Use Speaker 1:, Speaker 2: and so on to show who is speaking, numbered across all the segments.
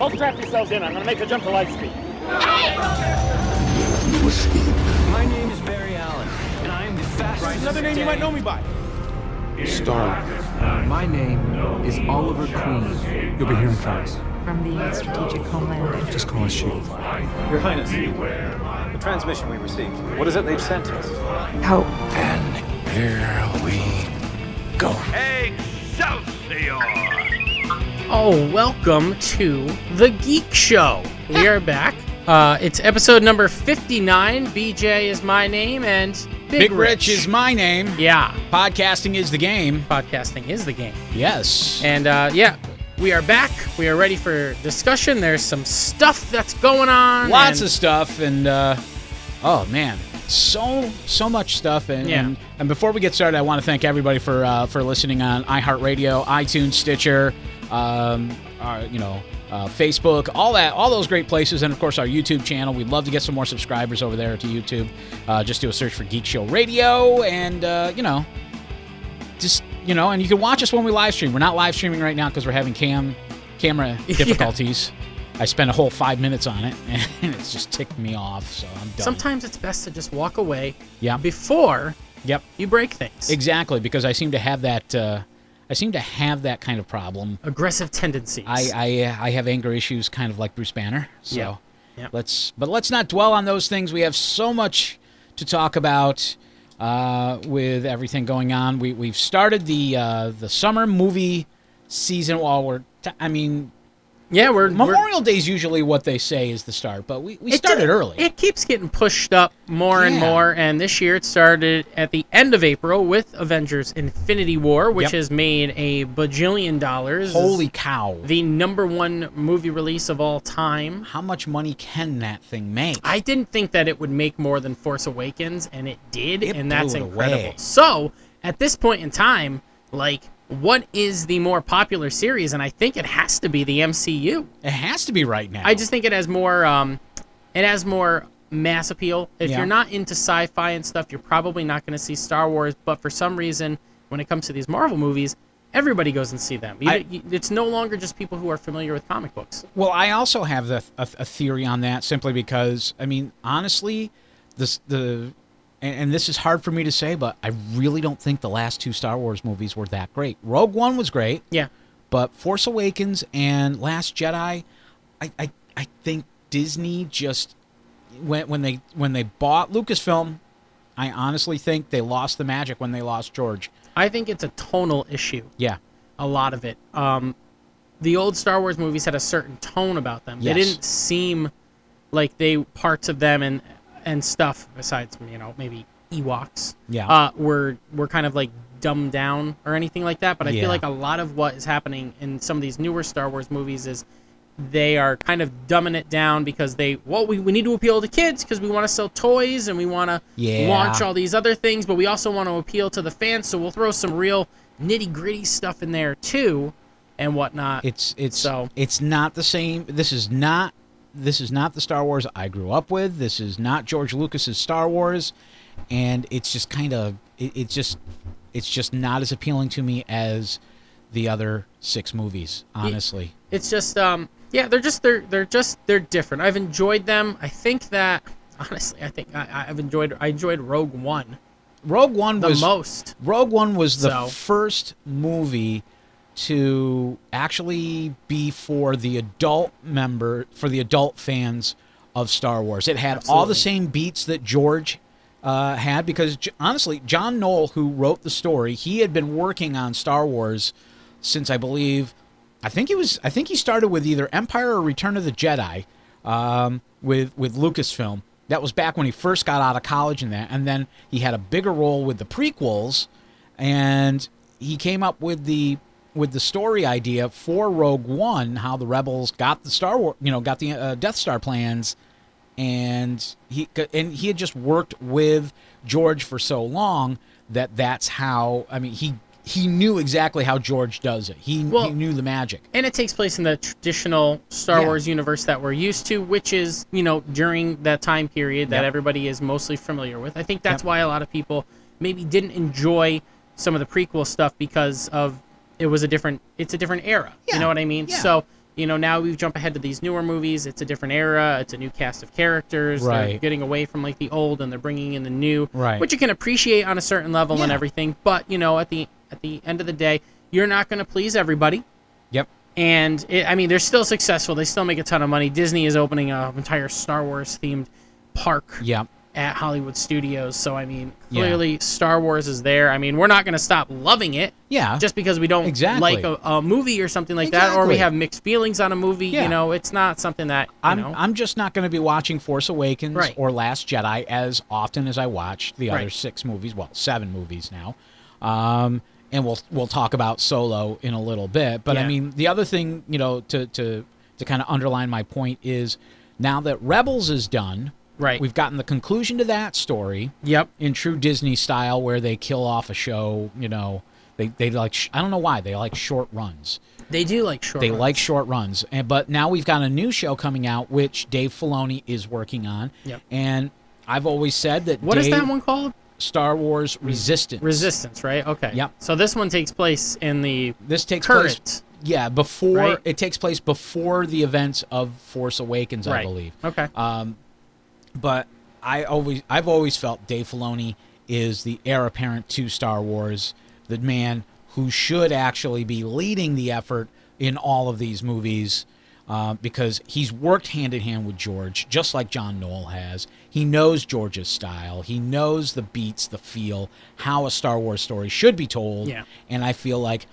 Speaker 1: All strap yourselves in. I'm going to make a jump to light speed.
Speaker 2: My name is Barry Allen, and I am the fastest.
Speaker 3: Another name you might know me by.
Speaker 2: My name is Oliver Queen.
Speaker 4: You'll be hearing from us.
Speaker 5: From the Strategic Homeland Agency.
Speaker 4: Just call us Shield.
Speaker 3: Your Highness, the transmission we received. What is it they've sent us?
Speaker 5: Hope.
Speaker 4: And here we go.
Speaker 6: Excelsior!
Speaker 7: Oh, welcome to the Geek Show. We are back. Uh, it's episode number 59. BJ is my name, and Big,
Speaker 8: Big Rich is my name.
Speaker 7: Yeah,
Speaker 8: Podcasting is the game.
Speaker 7: podcasting is the game.
Speaker 8: Yes.
Speaker 7: And uh, yeah, we are back. We are ready for discussion. There's some stuff that's going on.
Speaker 8: Lots
Speaker 7: and-
Speaker 8: of stuff and uh oh man. So so much stuff and,
Speaker 7: Yeah.
Speaker 8: and and before we get started I want to thank everybody for uh for listening on iHeartRadio, iTunes, Stitcher, um our, you know, uh, Facebook, all that, all those great places, and of course our YouTube channel. We'd love to get some more subscribers over there to YouTube. Uh, just do a search for Geek Show Radio, and uh, you know, just you know, and you can watch us when we live stream. We're not live streaming right now because we're having cam camera difficulties. I spent a whole five minutes on it, and it's just ticked me off. So I'm done.
Speaker 7: Sometimes it's best to just walk away
Speaker 8: Yeah.
Speaker 7: before
Speaker 8: Yep.
Speaker 7: you break things.
Speaker 8: Exactly, because I seem to have that. Uh, I seem to have that kind of problem.
Speaker 7: Aggressive tendencies.
Speaker 8: I I, uh, I have anger issues, kind of like Bruce Banner. So
Speaker 7: Yeah. Yeah.
Speaker 8: let's but let's not dwell on those things. We have so much to talk about uh, with everything going on. We we've started the uh, the summer movie season. While we're t- I mean
Speaker 7: yeah, we're we're-
Speaker 8: Memorial Day is usually what they say is the start, but we, we
Speaker 7: It
Speaker 8: started
Speaker 7: did-
Speaker 8: early.
Speaker 7: It keeps getting pushed up more and
Speaker 8: Yeah.
Speaker 7: more, and this year it started at the end of April with Avengers: Infinity War, which
Speaker 8: Yep.
Speaker 7: has made a bajillion dollars.
Speaker 8: Holy cow!
Speaker 7: The number one movie release of all time.
Speaker 8: How much money can that thing make?
Speaker 7: I didn't think that it would make more than Force Awakens, and it did,
Speaker 8: It
Speaker 7: and that's
Speaker 8: blew it
Speaker 7: incredible.
Speaker 8: away.
Speaker 7: So, at this point in time, like, what is the more popular series? And I think it has to be the MCU.
Speaker 8: it has to be right now.
Speaker 7: I just think it has more um, it has more mass appeal. If
Speaker 8: Yeah.
Speaker 7: you're not into sci-fi and stuff, you're probably not going to see Star Wars. But for some reason, when it comes to these Marvel movies, everybody goes and see them. You,
Speaker 8: I-
Speaker 7: you- it's no longer just people who are familiar with comic books.
Speaker 8: Well, I also have the, a, a theory on that simply because I mean, honestly, this the and, and this is hard for me to say, but I really don't think the last two Star Wars movies were that great. Rogue One was great,
Speaker 7: Yeah,
Speaker 8: but Force Awakens and Last Jedi, I I, I think Disney just when when they when they bought Lucasfilm, I honestly think they lost the magic when they lost George.
Speaker 7: I think it's a tonal issue.
Speaker 8: Yeah.
Speaker 7: A lot of it. Um, the old Star Wars movies had a certain tone about them. They
Speaker 8: Yes.
Speaker 7: didn't seem like they parts of them and and stuff besides you know maybe Ewoks.
Speaker 8: Yeah.
Speaker 7: uh, were were kind of like dumbed down or anything like that. But I
Speaker 8: Yeah.
Speaker 7: feel like a lot of what is happening in some of these newer Star Wars movies is they are kind of dumbing it down because they well we, we need to appeal to kids because we want to sell toys and we want to
Speaker 8: Yeah.
Speaker 7: launch all these other things but we also want to appeal to the fans so we'll throw some real nitty gritty stuff in there too and whatnot
Speaker 8: It's it's
Speaker 7: So-
Speaker 8: it's not the same. This is not this is not the Star Wars I grew up with. This is not George Lucas's Star Wars, and it's just kind of it, it's just it's just not as appealing to me as the other six movies. Honestly,
Speaker 7: it's just um yeah they're just they're they're just they're different i've enjoyed them i think that honestly i think I, i've enjoyed i enjoyed rogue one
Speaker 8: Rogue One
Speaker 7: the
Speaker 8: was
Speaker 7: most
Speaker 8: Rogue One was the
Speaker 7: So-
Speaker 8: first movie to actually be for the adult member for the adult fans of Star Wars. It had all
Speaker 7: Absolutely.
Speaker 8: the same beats that George uh, had because J- honestly, John Knoll, who wrote the story, he had been working on Star Wars since I believe, I think he was, I think he started with either Empire or Return of the Jedi um, with with Lucasfilm. That was back when he first got out of college and that, and then he had a bigger role with the prequels, and he came up with the with the story idea for Rogue One, how the rebels got the Star War, you know, got the uh, Death Star plans, and he and he had just worked with George for so long that that's how I mean he he knew exactly how George does it. He,
Speaker 7: Well-
Speaker 8: he knew the magic.
Speaker 7: and it takes place in the traditional Star
Speaker 8: Yeah.
Speaker 7: Wars universe that we're used to, which is you know during that time period that
Speaker 8: Yep.
Speaker 7: everybody is mostly familiar with. I think that's
Speaker 8: Yep.
Speaker 7: why a lot of people maybe didn't enjoy some of the prequel stuff because of it was a different it's a different era. You
Speaker 8: Yeah.
Speaker 7: know what I mean?
Speaker 8: Yeah.
Speaker 7: So You know, now we jump ahead to these newer movies. It's a different era. It's a new cast of characters. They're
Speaker 8: Right.
Speaker 7: getting away from like the old and they're bringing in the new,
Speaker 8: Right.
Speaker 7: which you can appreciate on a certain level and
Speaker 8: Yeah.
Speaker 7: everything. But you know, at the at the end of the day, you're not going to please everybody.
Speaker 8: Yep.
Speaker 7: And it, I mean, they're still successful. They still make a ton of money. Disney is opening an entire Star Wars themed park
Speaker 8: Yep.
Speaker 7: at Hollywood Studios. So I mean,
Speaker 8: Yeah.
Speaker 7: clearly Star Wars is there. I mean, we're not going to stop loving it
Speaker 8: Yeah.
Speaker 7: just because we don't
Speaker 8: Exactly.
Speaker 7: like a, a movie or something like that, or
Speaker 8: Exactly.
Speaker 7: we have mixed feelings on a movie.
Speaker 8: Yeah.
Speaker 7: You know, it's not something that you
Speaker 8: I'm,
Speaker 7: know.
Speaker 8: I'm just not going to be watching Force Awakens
Speaker 7: Right.
Speaker 8: or Last Jedi as often as I watch the other
Speaker 7: Right.
Speaker 8: six movies, well, seven movies now. Um, and we'll we'll talk about Solo in a little bit, but I
Speaker 7: Yeah.
Speaker 8: mean, the other thing you know to to to kind of underline my point is now that Rebels is done,
Speaker 7: Right.
Speaker 8: We've gotten the conclusion to that story
Speaker 7: yep.
Speaker 8: in true Disney style, where they kill off a show. You know, they they like sh- I don't know why they like short runs
Speaker 7: They do like short.
Speaker 8: they
Speaker 7: runs.
Speaker 8: like short runs and but now we've got a new show coming out which dave filoni is working on
Speaker 7: Yep.
Speaker 8: and i've always said that
Speaker 7: What is
Speaker 8: Dave-
Speaker 7: that one called?
Speaker 8: star wars resistance
Speaker 7: Resistance, right? Okay.
Speaker 8: Yep.
Speaker 7: So this one takes place in the
Speaker 8: this takes
Speaker 7: current.
Speaker 8: place yeah before
Speaker 7: Right.
Speaker 8: it takes place before the events of force awakens i
Speaker 7: right.
Speaker 8: believe Uh,
Speaker 7: Okay.
Speaker 8: but I always I've always felt Dave Filoni is the heir apparent to Star Wars, the man who should actually be leading the effort in all of these movies. Uh, because he's worked hand in hand with George, just like John Knoll has. He knows George's style. He knows the beats, the feel, how a Star Wars story should be told.
Speaker 7: Yeah.
Speaker 8: And I feel like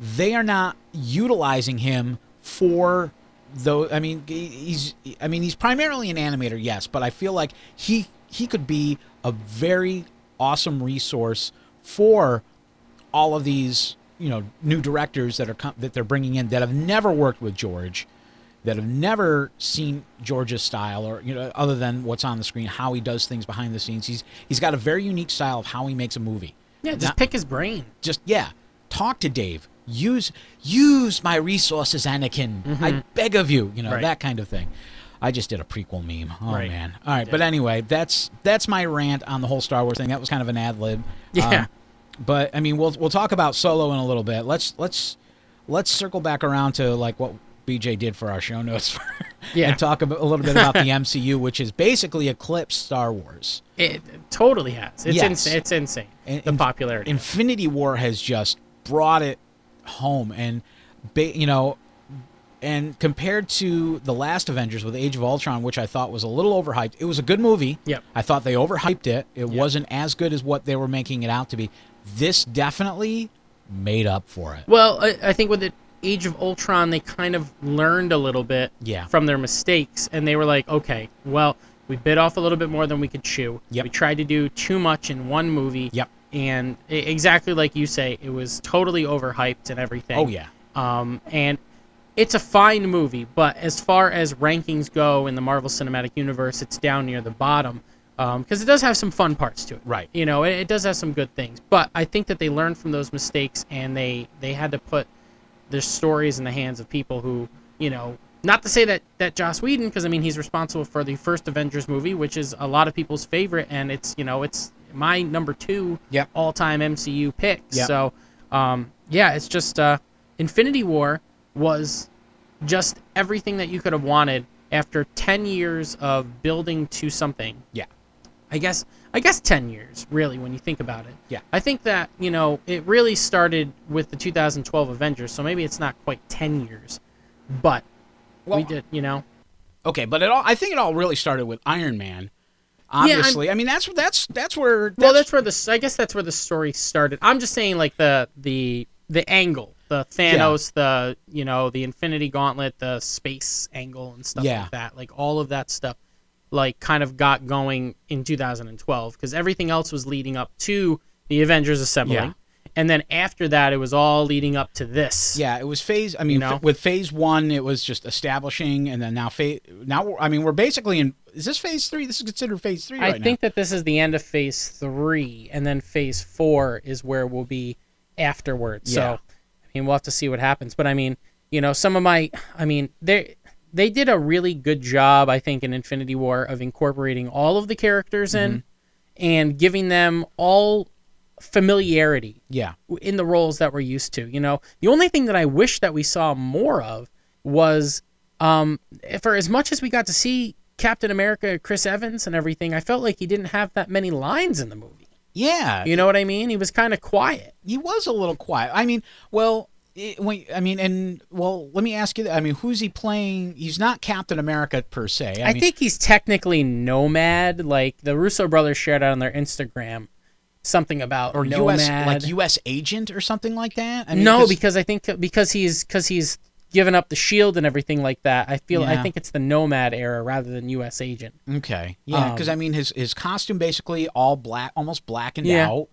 Speaker 8: they are not utilizing him for though i mean he- he's i mean he's primarily an animator yes but i feel like he he could be a very awesome resource for all of these you know new directors that are com- that they're bringing in that have never worked with george that have never seen george's style or you know other than what's on the screen how he does things behind the scenes he's he's got a very unique style of how he makes a movie
Speaker 7: yeah. Just
Speaker 8: not-
Speaker 7: pick his brain.
Speaker 8: just yeah talk to dave use use my resources anakin i beg of you you know
Speaker 7: Mm-hmm. Right.
Speaker 8: that kind of thing i just did a prequel meme oh
Speaker 7: Right.
Speaker 8: man all right but anyway that's that's my rant on the whole star wars thing that was kind of an ad lib Um,
Speaker 7: Yeah.
Speaker 8: but i mean we'll we'll talk about solo in a little bit let's let's let's circle back around to like what bj did for our show notes for,
Speaker 7: Yeah.
Speaker 8: and talk a, bit- a little bit about the mcu which is basically eclipsed star wars
Speaker 7: It totally has. It's
Speaker 8: Yes.
Speaker 7: ins- it's insane.
Speaker 8: And-
Speaker 7: the
Speaker 8: and-
Speaker 7: popularity.
Speaker 8: Infinity War has just brought it home, and ba- you know, and compared to the last Avengers with Age of Ultron, which I thought was a little overhyped, it was a good movie.
Speaker 7: Yep.
Speaker 8: I thought they overhyped it. It wasn't as good as what they were making it out to be. This definitely made up for it.
Speaker 7: Well, I, I think with the Age of Ultron, they kind of learned a little bit
Speaker 8: Yeah.
Speaker 7: from their mistakes, and they were like, okay, well, we bit off a little bit more than we could chew.
Speaker 8: Yep.
Speaker 7: We tried to do too much in one movie.
Speaker 8: Yep.
Speaker 7: And e- exactly like you say, it was totally overhyped and everything.
Speaker 8: Oh yeah,
Speaker 7: Um, and it's a fine movie, but as far as rankings go in the Marvel Cinematic Universe, it's down near the bottom because it does have some fun parts to it.
Speaker 8: Right.
Speaker 7: You know, it, it does have some good things, but I think that they learned from those mistakes and they they had to put their stories in the hands of people who you know. Not to say that that Joss Whedon, because I mean he's responsible for the first Avengers movie, which is a lot of people's favorite, and it's you know it's my number two
Speaker 8: Yep.
Speaker 7: all-time MCU pick.
Speaker 8: Yep.
Speaker 7: So, um, yeah, it's just uh, Infinity War was just everything that you could have wanted after 10 years of building to something.
Speaker 8: yeah,
Speaker 7: I guess I guess 10 years, really, when you think about it.
Speaker 8: Yeah.
Speaker 7: I think that, you know, it really started with the 2012 Avengers, so maybe it's not quite 10 years. But
Speaker 8: Well,
Speaker 7: we did, you know.
Speaker 8: okay. But it all, I think it all really started with Iron Man. Obviously, I mean that's that's that's where that's,
Speaker 7: well, that's where the I guess that's where the story started. I'm just saying like the the the angle, the Thanos, the you know the Infinity Gauntlet, the space angle and stuff
Speaker 8: Yeah.
Speaker 7: like that. Like all of that stuff, like kind of got going in 2012 because everything else was leading up to the Avengers assembling,
Speaker 8: Yeah.
Speaker 7: and then after that it was all leading up to this.
Speaker 8: Yeah, it was phase. I mean,
Speaker 7: know?
Speaker 8: f- with phase one, it was just establishing, and then now phase. Now, we're- I mean, we're basically in. Is this phase three? This is considered phase three,
Speaker 7: I
Speaker 8: right
Speaker 7: think that this is the end of phase three, and then phase four is where we'll be afterwards.
Speaker 8: Yeah.
Speaker 7: So, I mean, we'll have to see what happens. But I mean, you know, some of my, I mean, they they did a really good job, I think, in Infinity War of incorporating all of the characters in
Speaker 8: Mm-hmm.
Speaker 7: and giving them all familiarity
Speaker 8: now. Yeah,
Speaker 7: in the roles that we're used to. You know, the only thing that I wish that we saw more of was um, for as much as we got to see Captain America, Chris Evans, and everything, I felt like he didn't have that many lines in the movie.
Speaker 8: Yeah,
Speaker 7: You know what I mean? He was kind of quiet.
Speaker 8: he was a little quiet. I mean, well, it, when, I mean, and well, let me ask you. th- I mean, who's he playing? He's not Captain America per se. I,
Speaker 7: I,
Speaker 8: mean,
Speaker 7: think he's technically nomad. Like the Russo brothers shared out on their Instagram something about
Speaker 8: or
Speaker 7: nomad.
Speaker 8: U.S. like U.S. agent or something like that. I mean,
Speaker 7: no,
Speaker 8: 'cause-
Speaker 7: because I think because he's because he's given up the shield and everything like that. I feel I
Speaker 8: Yeah.
Speaker 7: think it's the nomad era rather than U.S. agent.
Speaker 8: okay, yeah,
Speaker 7: Um,
Speaker 8: because I mean, his his costume basically all black, almost blackened
Speaker 7: Yeah.
Speaker 8: out.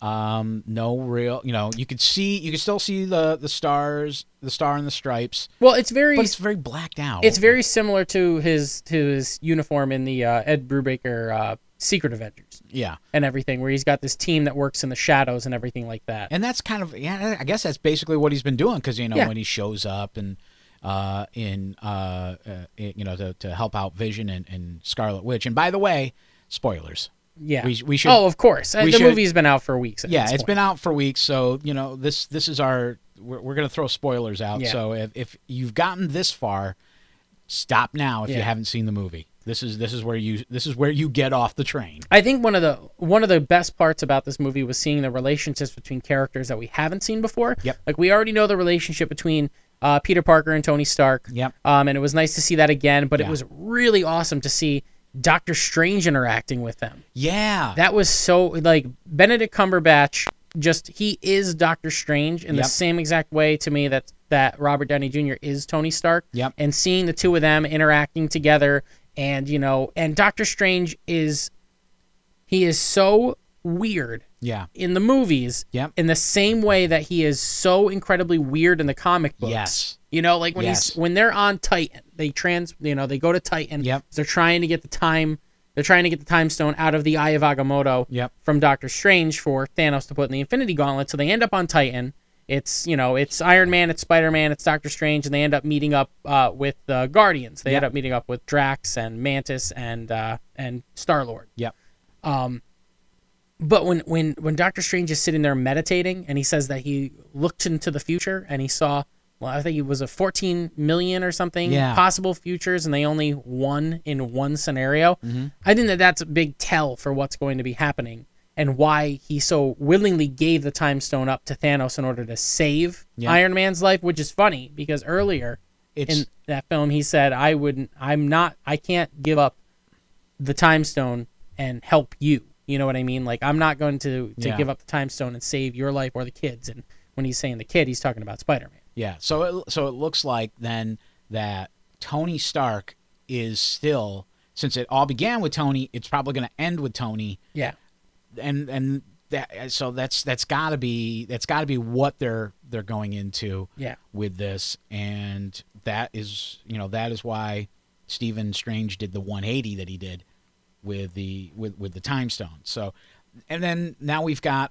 Speaker 8: Um, no real, you know, you could see, you could still see the the stars, the star and the stripes,
Speaker 7: Well, it's very
Speaker 8: but it's very blacked out.
Speaker 7: it's very similar to his to his uniform in the uh, Ed Brubaker uh, Secret Avengers
Speaker 8: yeah.
Speaker 7: and everything, where he's got this team that works in the shadows and everything like that.
Speaker 8: and that's kind of yeah i guess that's basically what he's been doing because you know
Speaker 7: Yeah.
Speaker 8: when he shows up and uh in uh, uh in- you know to, to help out vision and, and scarlet witch and by the way spoilers
Speaker 7: yeah,
Speaker 8: we sh- we should-
Speaker 7: Oh, of course. Uh,
Speaker 8: we
Speaker 7: the
Speaker 8: should-
Speaker 7: movie's been out for weeks. At
Speaker 8: yeah
Speaker 7: this
Speaker 8: it's
Speaker 7: point.
Speaker 8: been out for weeks so you know this this is our we're, we're gonna throw spoilers out
Speaker 7: Yeah.
Speaker 8: so if, if you've gotten this far stop now if you
Speaker 7: Yeah.
Speaker 8: haven't seen the movie this is this is where you this is where you get off the train
Speaker 7: I think one of the one of the best parts about this movie was seeing the relationships between characters that we haven't seen before.
Speaker 8: Yep.
Speaker 7: Like we already know the relationship between uh, Peter Parker and Tony Stark.
Speaker 8: Yep.
Speaker 7: Um, and it was nice to see that again, but it
Speaker 8: Yeah.
Speaker 7: was really awesome to see Doctor Strange interacting with them.
Speaker 8: yeah
Speaker 7: That was so like Benedict Cumberbatch. Just he is Doctor Strange in the
Speaker 8: Yep.
Speaker 7: same exact way to me that that Robert Downey Jr. is Tony Stark.
Speaker 8: Yep.
Speaker 7: And seeing the two of them interacting together, and you know, and Doctor Strange is he is so weird
Speaker 8: yeah
Speaker 7: in the movies.
Speaker 8: Yep.
Speaker 7: In the same way that he is so incredibly weird in the comic books.
Speaker 8: Yes.
Speaker 7: You know, like when
Speaker 8: Yes.
Speaker 7: he's when they're on Titan, they trans, you know, they go to Titan.
Speaker 8: Yep.
Speaker 7: They're trying to get the time, they're trying to get the time stone out of the Eye of Agamotto.
Speaker 8: Yep.
Speaker 7: From Doctor Strange for Thanos to put in the Infinity Gauntlet, so they end up on Titan. It's you know, it's Iron Man, it's Spider Man, it's Doctor Strange, and they end up meeting up uh, with the Guardians. They end
Speaker 8: Yep.
Speaker 7: up meeting up with Drax and Mantis and uh, and Star Lord.
Speaker 8: yep
Speaker 7: But when when when Doctor Strange is sitting there meditating and he says that he looked into the future and he saw well I think it was a 14 million or something
Speaker 8: Yeah.
Speaker 7: possible futures and they only won in one scenario.
Speaker 8: Mm-hmm.
Speaker 7: I think that that's a big tell for what's going to be happening and why he so willingly gave the time stone up to Thanos in order to save
Speaker 8: Yeah.
Speaker 7: Iron Man's life, which is funny because earlier
Speaker 8: it's
Speaker 7: in that film he said I wouldn't I'm not I can't give up the time stone and help you. You know what I mean? Like I'm not going to to
Speaker 8: Yeah.
Speaker 7: give up the time stone and save your life or the kids. And when he's saying the kid, he's talking about Spider-Man.
Speaker 8: Yeah. So it, so it looks like then that Tony Stark is still since it all began with Tony, it's probably going to end with Tony,
Speaker 7: Yeah.
Speaker 8: and and that so that's that's got to be that's got to be what they're they're going into
Speaker 7: Yeah.
Speaker 8: with this, and that is you know that is why Stephen Strange did the 180 that he did with the with with the time stone. So and then now we've got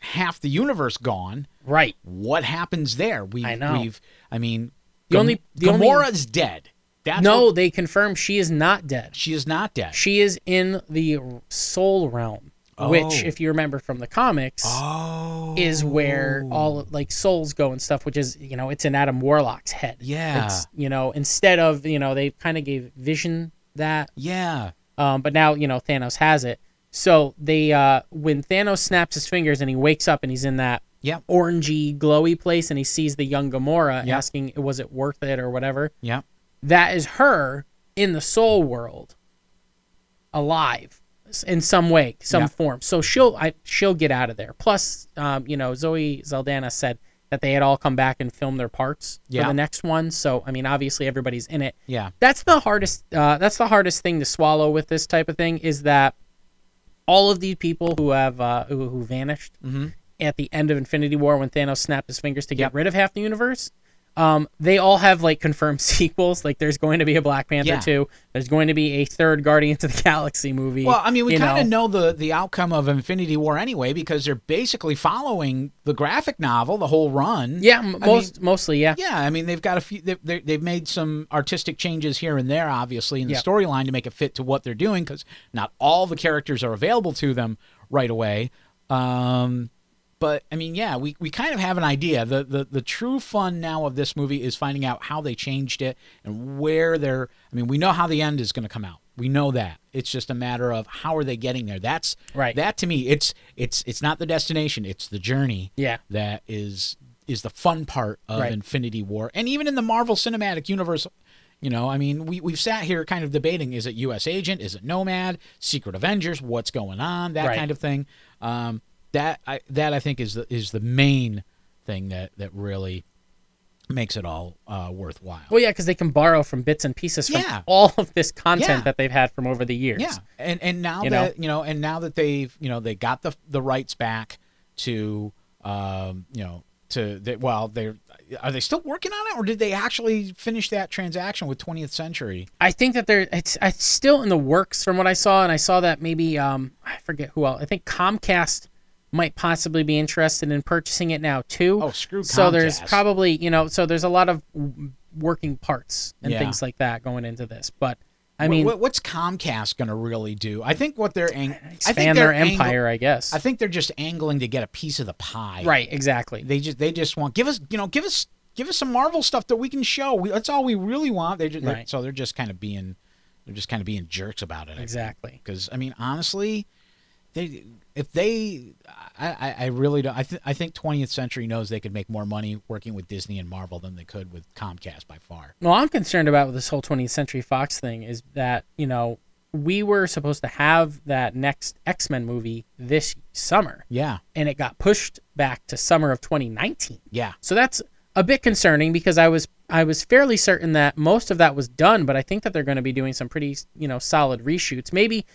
Speaker 8: half the universe gone
Speaker 7: Right.
Speaker 8: what happens there? We
Speaker 7: I know.
Speaker 8: We've, I mean,
Speaker 7: The only- the only-
Speaker 8: Gamora's dead. That's
Speaker 7: no,
Speaker 8: what-
Speaker 7: they confirm she is not dead.
Speaker 8: she is not dead.
Speaker 7: She is in the soul realm, which
Speaker 8: Oh.
Speaker 7: if you remember from the comics
Speaker 8: oh,
Speaker 7: is where all like souls go and stuff, which is, you know, it's in Adam Warlock's head.
Speaker 8: Yeah.
Speaker 7: It's, you know, instead of, you know, they kind of gave Vision that
Speaker 8: yeah,
Speaker 7: um, but now you know Thanos has it. So they uh, when Thanos snaps his fingers and he wakes up and he's in that
Speaker 8: Yep.
Speaker 7: orangey glowy place and he sees the young Gamora
Speaker 8: Yep.
Speaker 7: asking was it worth it or whatever.
Speaker 8: yeah,
Speaker 7: That is her in the soul world, alive s- in some way, some
Speaker 8: Yep.
Speaker 7: form. So she'll I, she'll get out of there. Plus, um, you know Zoe Zeldana said that they had all come back and filmed their parts
Speaker 8: Yeah.
Speaker 7: for the next one. So I mean, obviously everybody's in it
Speaker 8: yeah,
Speaker 7: that's the hardest uh, that's the hardest thing to swallow with this type of thing is that all of these people who have uh, who, who vanished at the end of Infinity War when Thanos snapped his fingers to get
Speaker 8: Mm-hmm. Yep.
Speaker 7: rid of half the universe. Um, they all have like confirmed sequels. Like there's going to be a Black Panther
Speaker 8: Yeah.
Speaker 7: two. There's going to be a third Guardians of the Galaxy movie.
Speaker 8: Well, I mean, we
Speaker 7: you
Speaker 8: kind of know. the the outcome of Infinity War anyway because they're basically following the graphic novel the whole run.
Speaker 7: Yeah, m-
Speaker 8: I
Speaker 7: most mostly yeah.
Speaker 8: Yeah, I mean they've got a few. They've, they- they've made some artistic changes here and there, obviously, in the
Speaker 7: Yep.
Speaker 8: storyline to make it fit to what they're doing, because not all the characters are available to them right away. Um, But I mean, yeah, we, we kind of have an idea. The, the the true fun now of this movie is finding out how they changed it and where they're. I mean, we know how the end is going to come out. We know that. It's just a matter of how are they getting there. That's
Speaker 7: Right.
Speaker 8: That to me, it's it's it's not the destination. It's the journey.
Speaker 7: Yeah.
Speaker 8: That is is the fun part of
Speaker 7: Right.
Speaker 8: Infinity War, and even in the Marvel Cinematic Universe. You know, I mean, we we've sat here kind of debating: is it U.S. Agent? Is it Nomad? Secret Avengers? What's going on? That
Speaker 7: Right.
Speaker 8: kind of thing. Um, that I that I think is the is the main thing that that really makes it all uh, worthwhile.
Speaker 7: Well, yeah, because they can borrow from bits and pieces from
Speaker 8: Yeah.
Speaker 7: all of this content
Speaker 8: Yeah.
Speaker 7: that they've had from over the years.
Speaker 8: Yeah, and and now
Speaker 7: You know?
Speaker 8: that you know, and now that they've you know they got the the rights back to um you know to the, well they are they still working on it or did they actually finish that transaction with 20th Century?
Speaker 7: I think that they're it's, it's still in the works from what I saw, and I saw that maybe um, I forget who else. I think Comcast might possibly be interested in purchasing it now too.
Speaker 8: Oh, screw
Speaker 7: So there's
Speaker 8: Comcast.
Speaker 7: probably you know so there's a lot of w- working parts and
Speaker 8: Yeah.
Speaker 7: things like that going into this, but I
Speaker 8: What-
Speaker 7: mean
Speaker 8: what, what's Comcast going to really do? I think what they're ang- I think
Speaker 7: expand their
Speaker 8: they're angle-
Speaker 7: empire, I guess.
Speaker 8: I think they're just angling to get a piece of the pie.
Speaker 7: right, exactly.
Speaker 8: They just they just want give us you know give us give us some Marvel stuff that we can show. We, that's all we really want. They just
Speaker 7: Right.
Speaker 8: so they're just kind of being they're just kind of being jerks about it. I think.
Speaker 7: exactly.
Speaker 8: because I mean, honestly, they if they, I, I- I really don't. I, th- I think 20th Century knows they could make more money working with Disney and Marvel than they could with Comcast by far.
Speaker 7: Well, I'm concerned about with this whole 20th Century Fox thing is that, you know, we were supposed to have that next X Men movie this summer,
Speaker 8: Yeah,
Speaker 7: and it got pushed back to summer of 2019.
Speaker 8: yeah,
Speaker 7: So that's a bit concerning because I was I was fairly certain that most of that was done, but I think that they're going to be doing some pretty you know solid reshoots. Maybe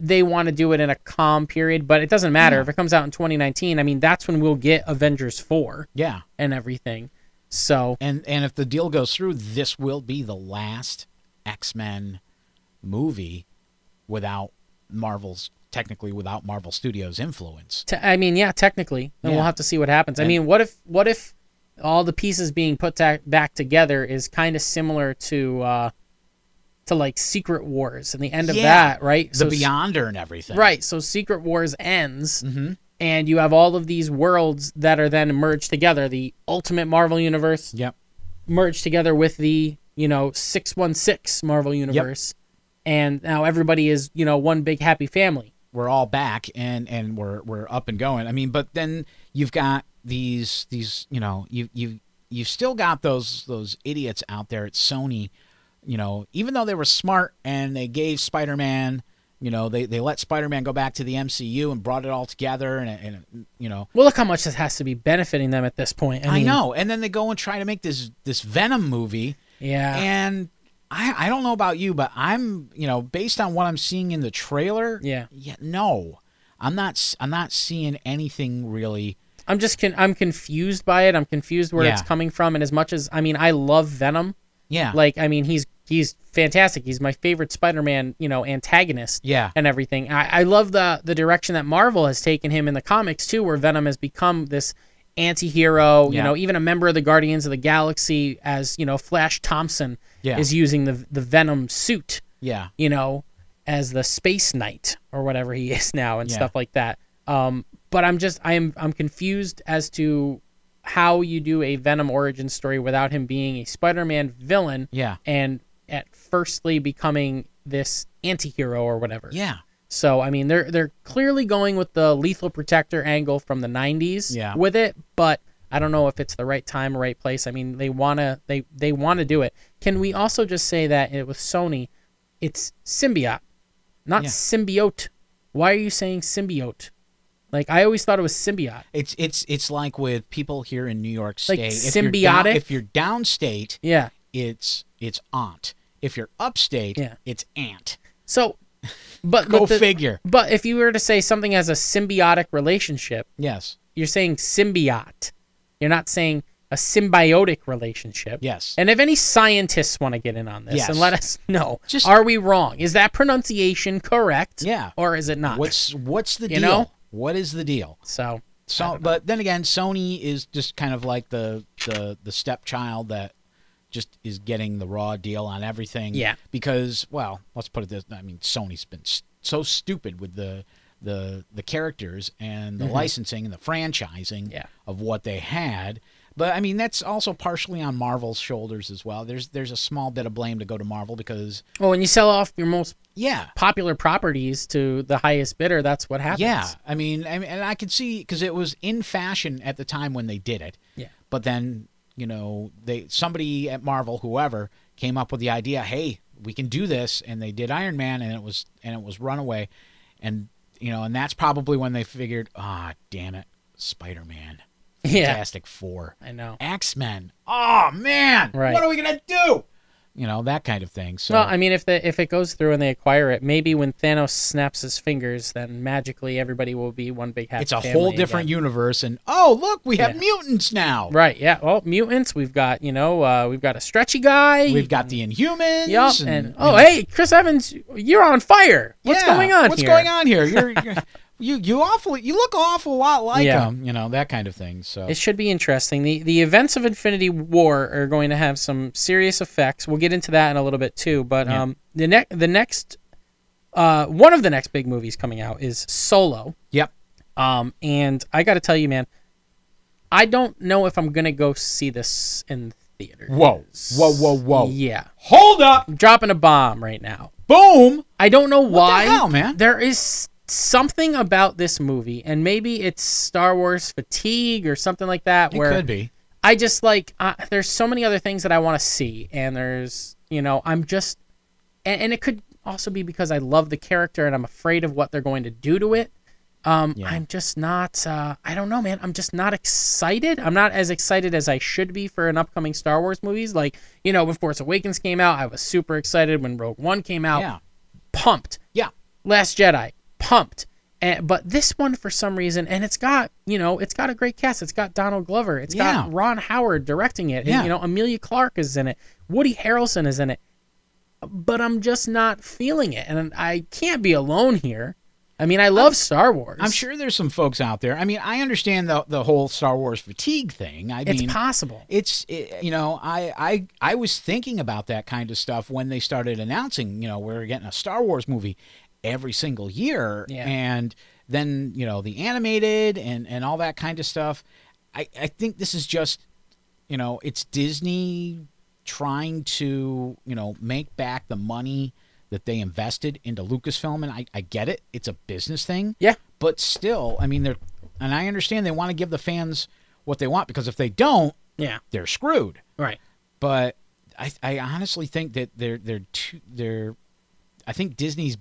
Speaker 7: they want to do it in a calm period, but it doesn't matter if it comes out in 2019. I mean, that's when we'll get Avengers 4
Speaker 8: yeah.
Speaker 7: and everything. So
Speaker 8: And and if the deal goes through, this will be the last X Men movie without Marvel's technically without Marvel Studios influence.
Speaker 7: Te- I mean, yeah, technically, and
Speaker 8: Yeah.
Speaker 7: we'll have to see what happens. I
Speaker 8: And-
Speaker 7: mean, what if what if all the pieces being put ta- back together is kind of similar to uh, to like Secret Wars and the end of
Speaker 8: Yeah.
Speaker 7: that, right?
Speaker 8: The
Speaker 7: so,
Speaker 8: Beyonder and everything.
Speaker 7: right? So Secret Wars ends,
Speaker 8: Mhm.
Speaker 7: and you have all of these worlds that are then merged together. The Ultimate Marvel Universe
Speaker 8: Yep.
Speaker 7: merged together with the you know six one six Marvel Universe, and now everybody is you know one big happy family.
Speaker 8: we're all back and and we're we're up and going. I mean, but then you've got these these you know you you you've still got those those idiots out there at Sony, you know, even though they were smart and they gave Spider Man. You know, they, they let Spider Man go back to the MCU and brought it all together, and, and you know,
Speaker 7: Well, look how much this has to be benefiting them at this point. I,
Speaker 8: I,
Speaker 7: mean,
Speaker 8: know. And then they go and try to make this this Venom movie,
Speaker 7: Yeah.
Speaker 8: and I I don't know about you, but I'm you know based on what I'm seeing in the trailer,
Speaker 7: Yeah.
Speaker 8: yeah, no, I'm not s- I'm not seeing anything really.
Speaker 7: I'm just con- I'm confused by it. I'm confused where it's
Speaker 8: Yeah.
Speaker 7: coming from. And as much as I mean, I love Venom.
Speaker 8: Yeah,
Speaker 7: Like I mean, he's he's fantastic. He's my favorite Spider-Man, you know, antagonist.
Speaker 8: Yeah.
Speaker 7: And everything. I, I love the the direction that Marvel has taken him in the comics too, where Venom has become this anti-hero.
Speaker 8: Yeah.
Speaker 7: You know, even a member of the Guardians of the Galaxy, as you know, Flash Thompson
Speaker 8: Yeah.
Speaker 7: is using the the Venom suit.
Speaker 8: yeah,
Speaker 7: you know, as the space knight or whatever he is now and
Speaker 8: Yeah.
Speaker 7: stuff like that. Um, but I'm just I am I'm confused as to how you do a Venom origin story without him being a Spider-Man villain
Speaker 8: yeah,
Speaker 7: and at firstly becoming this anti-hero or whatever.
Speaker 8: yeah,
Speaker 7: So I mean they're they're clearly going with the lethal protector angle from the 90s
Speaker 8: Yeah.
Speaker 7: with it, but I don't know if it's the right time or right place. I mean, they want to they they want to do it. Can we also just say that it, with Sony, it's symbiote, not
Speaker 8: Yeah.
Speaker 7: symbiote. Why are you saying symbiote? Like I always thought it was symbiote.
Speaker 8: It's it's it's like with people here in New York State. You're down,
Speaker 7: symbiotic?
Speaker 8: if you're downstate,
Speaker 7: Yeah.
Speaker 8: it's it's aunt. If you're upstate,
Speaker 7: Yeah.
Speaker 8: it's aunt.
Speaker 7: So but
Speaker 8: Go
Speaker 7: but the-
Speaker 8: figure.
Speaker 7: But if you were to say something as a symbiotic relationship,
Speaker 8: Yes,
Speaker 7: you're saying symbiote. You're not saying a symbiotic relationship.
Speaker 8: yes.
Speaker 7: And if any scientists want to get in on this
Speaker 8: Yes.
Speaker 7: and let us know,
Speaker 8: Just-
Speaker 7: are we wrong? Is that pronunciation correct?
Speaker 8: Yeah.
Speaker 7: Or is it not?
Speaker 8: what's what's the
Speaker 7: You
Speaker 8: deal?
Speaker 7: know?
Speaker 8: What is the deal?
Speaker 7: so
Speaker 8: So, but then again, Sony is just kind of like the the the stepchild that just is getting the raw deal on everything.
Speaker 7: Yeah.
Speaker 8: Because, well, let's put it this: I mean, Sony's been s so stupid with the the the characters and the licensing and the franchising
Speaker 7: Mm-hmm. Yeah.
Speaker 8: of what they had. But I mean, that's also partially on Marvel's shoulders as well. There's there's a small bit of blame to go to Marvel because
Speaker 7: Well, when you sell off your most
Speaker 8: yeah,
Speaker 7: popular properties to the highest bidder, that's what happens.
Speaker 8: yeah. I mean, I mean, and I could see because it was in fashion at the time when they did it.
Speaker 7: Yeah.
Speaker 8: But then you know they somebody at Marvel, whoever, came up with the idea. Hey, we can do this, and they did Iron Man, and it was and it was Runaway, and you know, and that's probably when they figured, ah, damn it, Spider Man,
Speaker 7: Yeah.
Speaker 8: Fantastic Four.
Speaker 7: I know.
Speaker 8: X Men. Oh man,
Speaker 7: Right.
Speaker 8: what are we gonna do? You know that kind of thing. So
Speaker 7: Well, I mean, if the if it goes through and they acquire it, maybe when Thanos snaps his fingers, then magically everybody will be one big happy.
Speaker 8: it's a
Speaker 7: family
Speaker 8: whole different
Speaker 7: again.
Speaker 8: universe, and oh look, we have
Speaker 7: Yeah.
Speaker 8: mutants now.
Speaker 7: Right? Yeah. Well, mutants. We've got you know uh, we've got a stretchy guy.
Speaker 8: We've got the Inhumans.
Speaker 7: Yup, and,
Speaker 8: you
Speaker 7: oh
Speaker 8: know,
Speaker 7: hey, Chris Evans, you're on fire. What's
Speaker 8: yeah,
Speaker 7: going on
Speaker 8: What's
Speaker 7: here?
Speaker 8: going on here? You're, you're you you awful. You look awful lot like
Speaker 7: Yeah.
Speaker 8: them. You know that kind of thing. So
Speaker 7: It should be interesting. The the events of Infinity War are going to have some serious effects. We'll get into that in a little bit too. But
Speaker 8: Yeah.
Speaker 7: um, the next the next uh, one of the next big movies coming out is Solo.
Speaker 8: yep.
Speaker 7: Um, and I got to tell you, man, I don't know if I'm gonna go see this in theater.
Speaker 8: Whoa whoa whoa whoa.
Speaker 7: Yeah,
Speaker 8: Hold up.
Speaker 7: I'm dropping a bomb right now.
Speaker 8: Boom.
Speaker 7: I don't know why.
Speaker 8: hell, man?
Speaker 7: There is something about this movie, and maybe it's Star Wars fatigue or something like that.
Speaker 8: It
Speaker 7: where
Speaker 8: could be.
Speaker 7: I just like uh, there's so many other things that I want to see, and there's you know I'm just and, and it could also be because I love the character and I'm afraid of what they're going to do to it. Um,
Speaker 8: Yeah.
Speaker 7: I'm just not. Uh, I don't know, man. I'm just not excited. I'm not as excited as I should be for an upcoming Star Wars movies. Like you know, when Force Awakens came out, I was super excited. When Rogue One came out,
Speaker 8: Yeah.
Speaker 7: pumped.
Speaker 8: Yeah.
Speaker 7: Last Jedi, pumped. And, but this one, for some reason, and it's got you know, it's got a great cast. It's got Donald Glover. It's
Speaker 8: Yeah.
Speaker 7: got Ron Howard directing it. and,
Speaker 8: Yeah.
Speaker 7: you know, Amelia Clark is in it. Woody Harrelson is in it. But I'm just not feeling it, and I can't be alone here. I mean, I love Star Wars.
Speaker 8: I'm sure there's some folks out there. I mean, I understand the the whole Star Wars fatigue thing. I
Speaker 7: it's
Speaker 8: mean,
Speaker 7: possible.
Speaker 8: it's it, you know I, I i was thinking about that kind of stuff when they started announcing you know we're getting a star wars movie every single year
Speaker 7: Yeah.
Speaker 8: and then you know the animated and and all that kind of stuff i i think this is just you know it's disney trying to you know make back the money that they invested into lucasfilm and i, I get it it's a business thing
Speaker 7: Yeah.
Speaker 8: but still i mean they're and i understand they want to give the fans what they want because if they don't
Speaker 7: Yeah.
Speaker 8: they're screwed.
Speaker 7: Right.
Speaker 8: But I, I honestly think that they're they're too, they're I think Disney's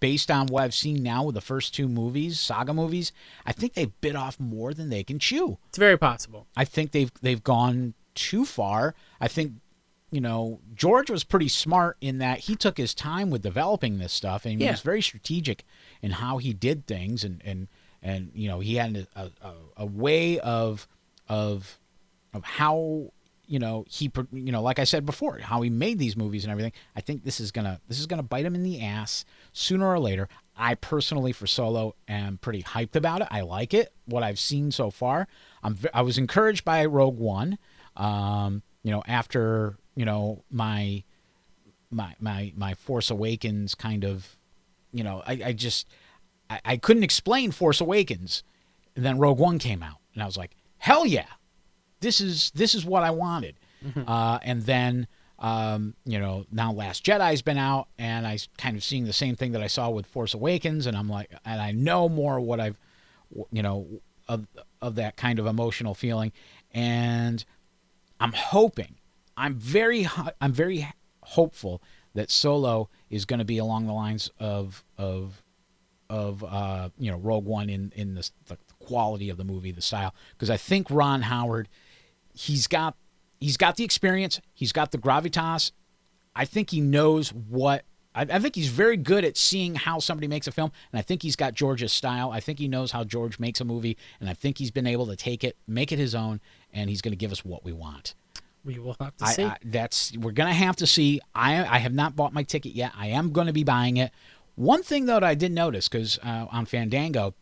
Speaker 8: based on what I've seen now with the first two movies, saga movies. I think they bit off more than they can chew.
Speaker 7: It's very possible.
Speaker 8: I think they've they've gone too far. I think you know George was pretty smart in that he took his time with developing this stuff, and he
Speaker 7: Yeah.
Speaker 8: was very strategic in how he did things, and and and you know he had a a, a way of of of how you know he pro- you know like I said before how he made these movies and everything. I think this is gonna this is gonna bite him in the ass sooner or later. I personally for Solo am pretty hyped about it. I like it what I've seen so far. I'm ve- I was encouraged by Rogue One. Um, you know after you know my my my my Force Awakens kind of, you know, I, I just I, I couldn't explain Force Awakens. And then Rogue One came out, and I was like, hell yeah, this is this is what I wanted. Uh, and then um, you know now Last Jedi's been out, and I s- kind of seeing the same thing that I saw with Force Awakens, and I'm like, and I know more what I've, w- you know, of of that kind of emotional feeling, and I'm hoping, I'm very, ho- I'm very hopeful that Solo is going to be along the lines of of of uh, you know Rogue One in in the, s- the quality of the movie, the style, because I think Ron Howard, he's got he's got the experience, he's got the gravitas. I think he knows what. I, I think he's very good at seeing how somebody makes a film, and I think he's got George's style. I think he knows how George makes a movie, and I think he's been able to take it, make it his own, and he's going to give us what we want.
Speaker 7: We will have to
Speaker 8: I,
Speaker 7: see.
Speaker 8: I, that's we're gonna have to see. I I have not bought my ticket yet. I am gonna be buying it. One thing though that I did notice because uh, on Fandango,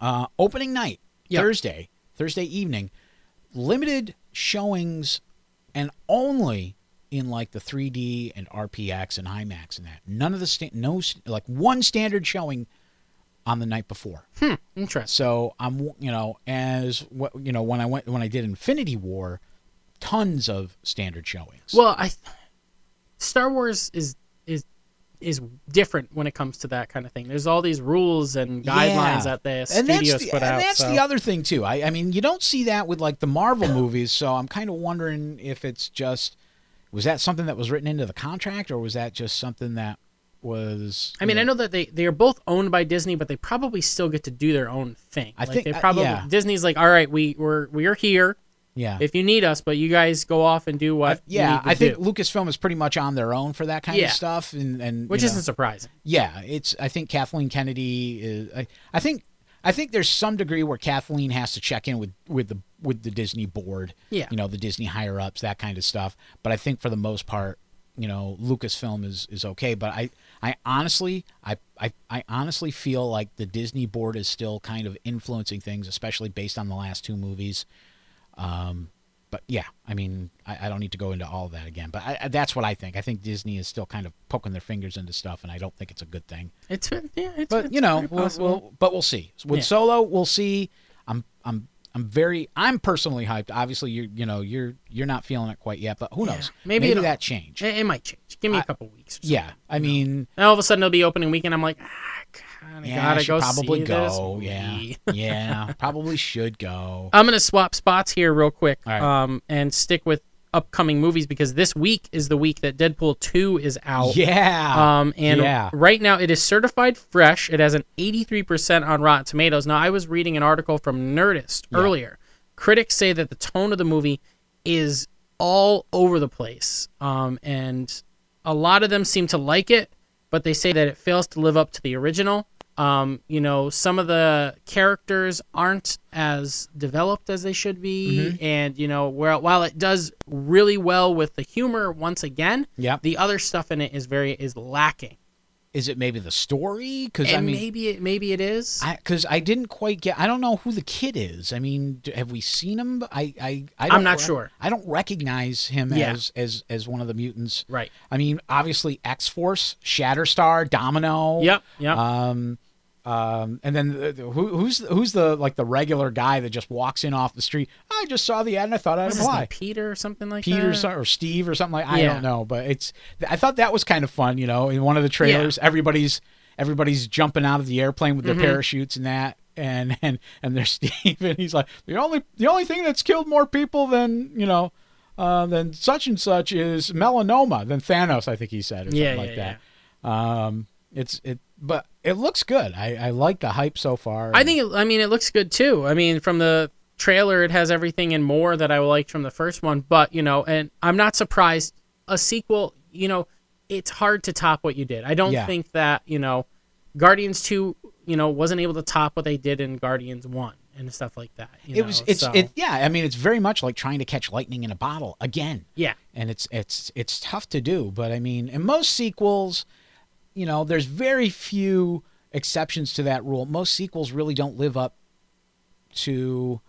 Speaker 8: uh, opening night
Speaker 7: Yep.
Speaker 8: Thursday Thursday evening, limited showings, and only in like the 3D and RPX and IMAX and that. None of the sta- no st- like one standard showing on the night before.
Speaker 7: Interesting.
Speaker 8: So I'm, you know, as what you know, when I went when I did Infinity War, tons of standard showings.
Speaker 7: Well, I Star Wars is is is different when it comes to that kind of thing. There's all these rules and guidelines
Speaker 8: Yeah.
Speaker 7: that the
Speaker 8: and
Speaker 7: studios
Speaker 8: that's the,
Speaker 7: put
Speaker 8: and
Speaker 7: out.
Speaker 8: that's
Speaker 7: so-
Speaker 8: the other thing too. I, I mean, you don't see that with like the Marvel movies, so I'm kind of wondering if it's just was that something that was written into the contract, or was that just something that was?
Speaker 7: I mean, I know that they, they are both owned by Disney, but they probably still get to do their own thing.
Speaker 8: I
Speaker 7: like
Speaker 8: think-
Speaker 7: they
Speaker 8: uh,
Speaker 7: probably
Speaker 8: yeah.
Speaker 7: Disney's like, all right, we we're we're here
Speaker 8: yeah,
Speaker 7: if you need us, but you guys go off and do what. you
Speaker 8: yeah.
Speaker 7: need to
Speaker 8: I think
Speaker 7: do,"
Speaker 8: Lucasfilm is pretty much on their own for that kind
Speaker 7: Yeah.
Speaker 8: of stuff, and and
Speaker 7: which
Speaker 8: you know.
Speaker 7: isn't surprising.
Speaker 8: Yeah, it's. I think Kathleen Kennedy is. I, I think. I think there's some degree where Kathleen has to check in with with the with the Disney board.
Speaker 7: Yeah.
Speaker 8: You know the Disney higher ups, that kind of stuff. But I think for the most part, you know, Lucasfilm is is okay. But I I honestly I I, I honestly feel like the Disney board is still kind of influencing things, especially based on the last two movies. But yeah, I mean, I, I don't need to go into all that again. But I, I, that's what I think. I think Disney is still kind of poking their fingers into stuff, and I don't think it's a good thing
Speaker 7: It's yeah, it's
Speaker 8: but
Speaker 7: it's
Speaker 8: you know,
Speaker 7: very
Speaker 8: we'll,
Speaker 7: possible.
Speaker 8: we'll, but we'll see. With
Speaker 7: Yeah.
Speaker 8: Solo, we'll see. I'm I'm I'm very I'm personally hyped. Obviously, you you know you're you're not feeling it quite yet, but who
Speaker 7: Yeah.
Speaker 8: knows?
Speaker 7: Maybe it'll-
Speaker 8: that change.
Speaker 7: it, it might change. Give me a
Speaker 8: I-
Speaker 7: couple weeks. Or
Speaker 8: yeah, I mean,
Speaker 7: And all of a sudden it'll be opening weekend. I'm like, ah, God, I
Speaker 8: yeah, I
Speaker 7: gotta
Speaker 8: should
Speaker 7: go
Speaker 8: probably
Speaker 7: see this
Speaker 8: go.
Speaker 7: movie."
Speaker 8: Yeah, yeah, probably should go.
Speaker 7: I'm gonna swap spots here real quick,
Speaker 8: All right.
Speaker 7: um, and stick with upcoming movies because this week is the week that Deadpool 2 is out.
Speaker 8: yeah,
Speaker 7: Oh. Um, and
Speaker 8: Yeah.
Speaker 7: right now it is certified fresh. It has an 83% on Rotten Tomatoes. Now, I was reading an article from Nerdist earlier. Critics say that the tone of the movie is all over the place. Um, and a lot of them seem to like it, but they say that it fails to live up to the original. Um, you know, some of the characters aren't as developed as they should be.
Speaker 8: Mm-hmm.
Speaker 7: And, you know, where, while it does really well with the humor once again,
Speaker 8: Yep.
Speaker 7: the other stuff in it is very is lacking.
Speaker 8: is it maybe the story? Because
Speaker 7: And
Speaker 8: I mean.
Speaker 7: maybe it maybe it is.
Speaker 8: I, Cause I didn't quite get. I don't know who the kid is. I mean, d have we seen him? I I, I
Speaker 7: I'm
Speaker 8: don't
Speaker 7: not
Speaker 8: rec-
Speaker 7: sure.
Speaker 8: I don't recognize him
Speaker 7: Yeah.
Speaker 8: as as as one of the mutants.
Speaker 7: right.
Speaker 8: I mean, obviously X Force, Shatterstar, Domino.
Speaker 7: Yep. Yep.
Speaker 8: Um, um, and then the, the- who, who's who's the like the regular guy that just walks in off the street? I just saw the ad and I thought I'd
Speaker 7: What's his name,
Speaker 8: apply.
Speaker 7: Peter or something like that.
Speaker 8: Peter so- or Steve or something like I
Speaker 7: Yeah.
Speaker 8: don't know, but it's I thought that was kind of fun. You know, in one of the trailers, everybody's everybody's jumping out of the airplane with their
Speaker 7: Mm-hmm.
Speaker 8: parachutes and that. And, and and there's Steve and he's like the only the only thing that's killed more people than you know uh, than such and such is melanoma than Thanos I think he said or something
Speaker 7: Yeah,
Speaker 8: like
Speaker 7: yeah,
Speaker 8: that. Um, it's it but it looks good. I, I like the hype so far.
Speaker 7: I think. It, I mean, it looks good too. I mean, from the trailer, it has everything and more that I liked from the first one. But you know, and I'm not surprised. A sequel, you know, it's hard to top what you did. I don't
Speaker 8: Yeah.
Speaker 7: think that you know, Guardians Two, you know, wasn't able to top what they did in Guardians One and stuff like that. you
Speaker 8: it was
Speaker 7: know,
Speaker 8: it's
Speaker 7: so-
Speaker 8: it yeah. I mean it's very much like trying to catch lightning in a bottle again.
Speaker 7: yeah.
Speaker 8: and it's it's it's tough to do but i mean in most sequels you know there's very few exceptions to that rule most sequels really don't live up to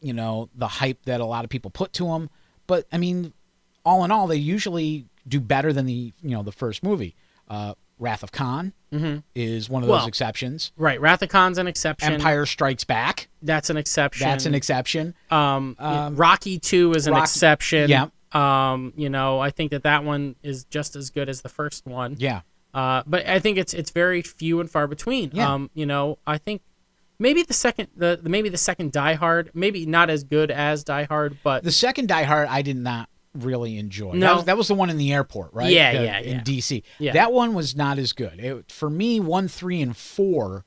Speaker 8: you know the hype that a lot of people put to them but i mean all in all they usually do better than the you know the first movie uh wrath of khan is one of those
Speaker 7: Mm-hmm. Well,
Speaker 8: exceptions
Speaker 7: Right. Wrath of Khan's an exception.
Speaker 8: empire strikes back
Speaker 7: That's an exception.
Speaker 8: that's an exception
Speaker 7: Um, Rocky Two is an
Speaker 8: Rocky-
Speaker 7: exception.
Speaker 8: yeah.
Speaker 7: Um, you know, I think that that one is just as good as the first one.
Speaker 8: yeah
Speaker 7: Uh, but I think it's it's very few and far between.
Speaker 8: Yeah.
Speaker 7: Um, you know, I think maybe the second the maybe the second Die Hard, maybe not as good as Die Hard, but
Speaker 8: The second Die Hard, I did not really enjoy.
Speaker 7: No.
Speaker 8: that was, that was the one in the airport, right?
Speaker 7: Yeah,
Speaker 8: The-
Speaker 7: yeah,
Speaker 8: in
Speaker 7: yeah.
Speaker 8: DC.
Speaker 7: Yeah.
Speaker 8: That one was not as good. It, for me, one, three, and four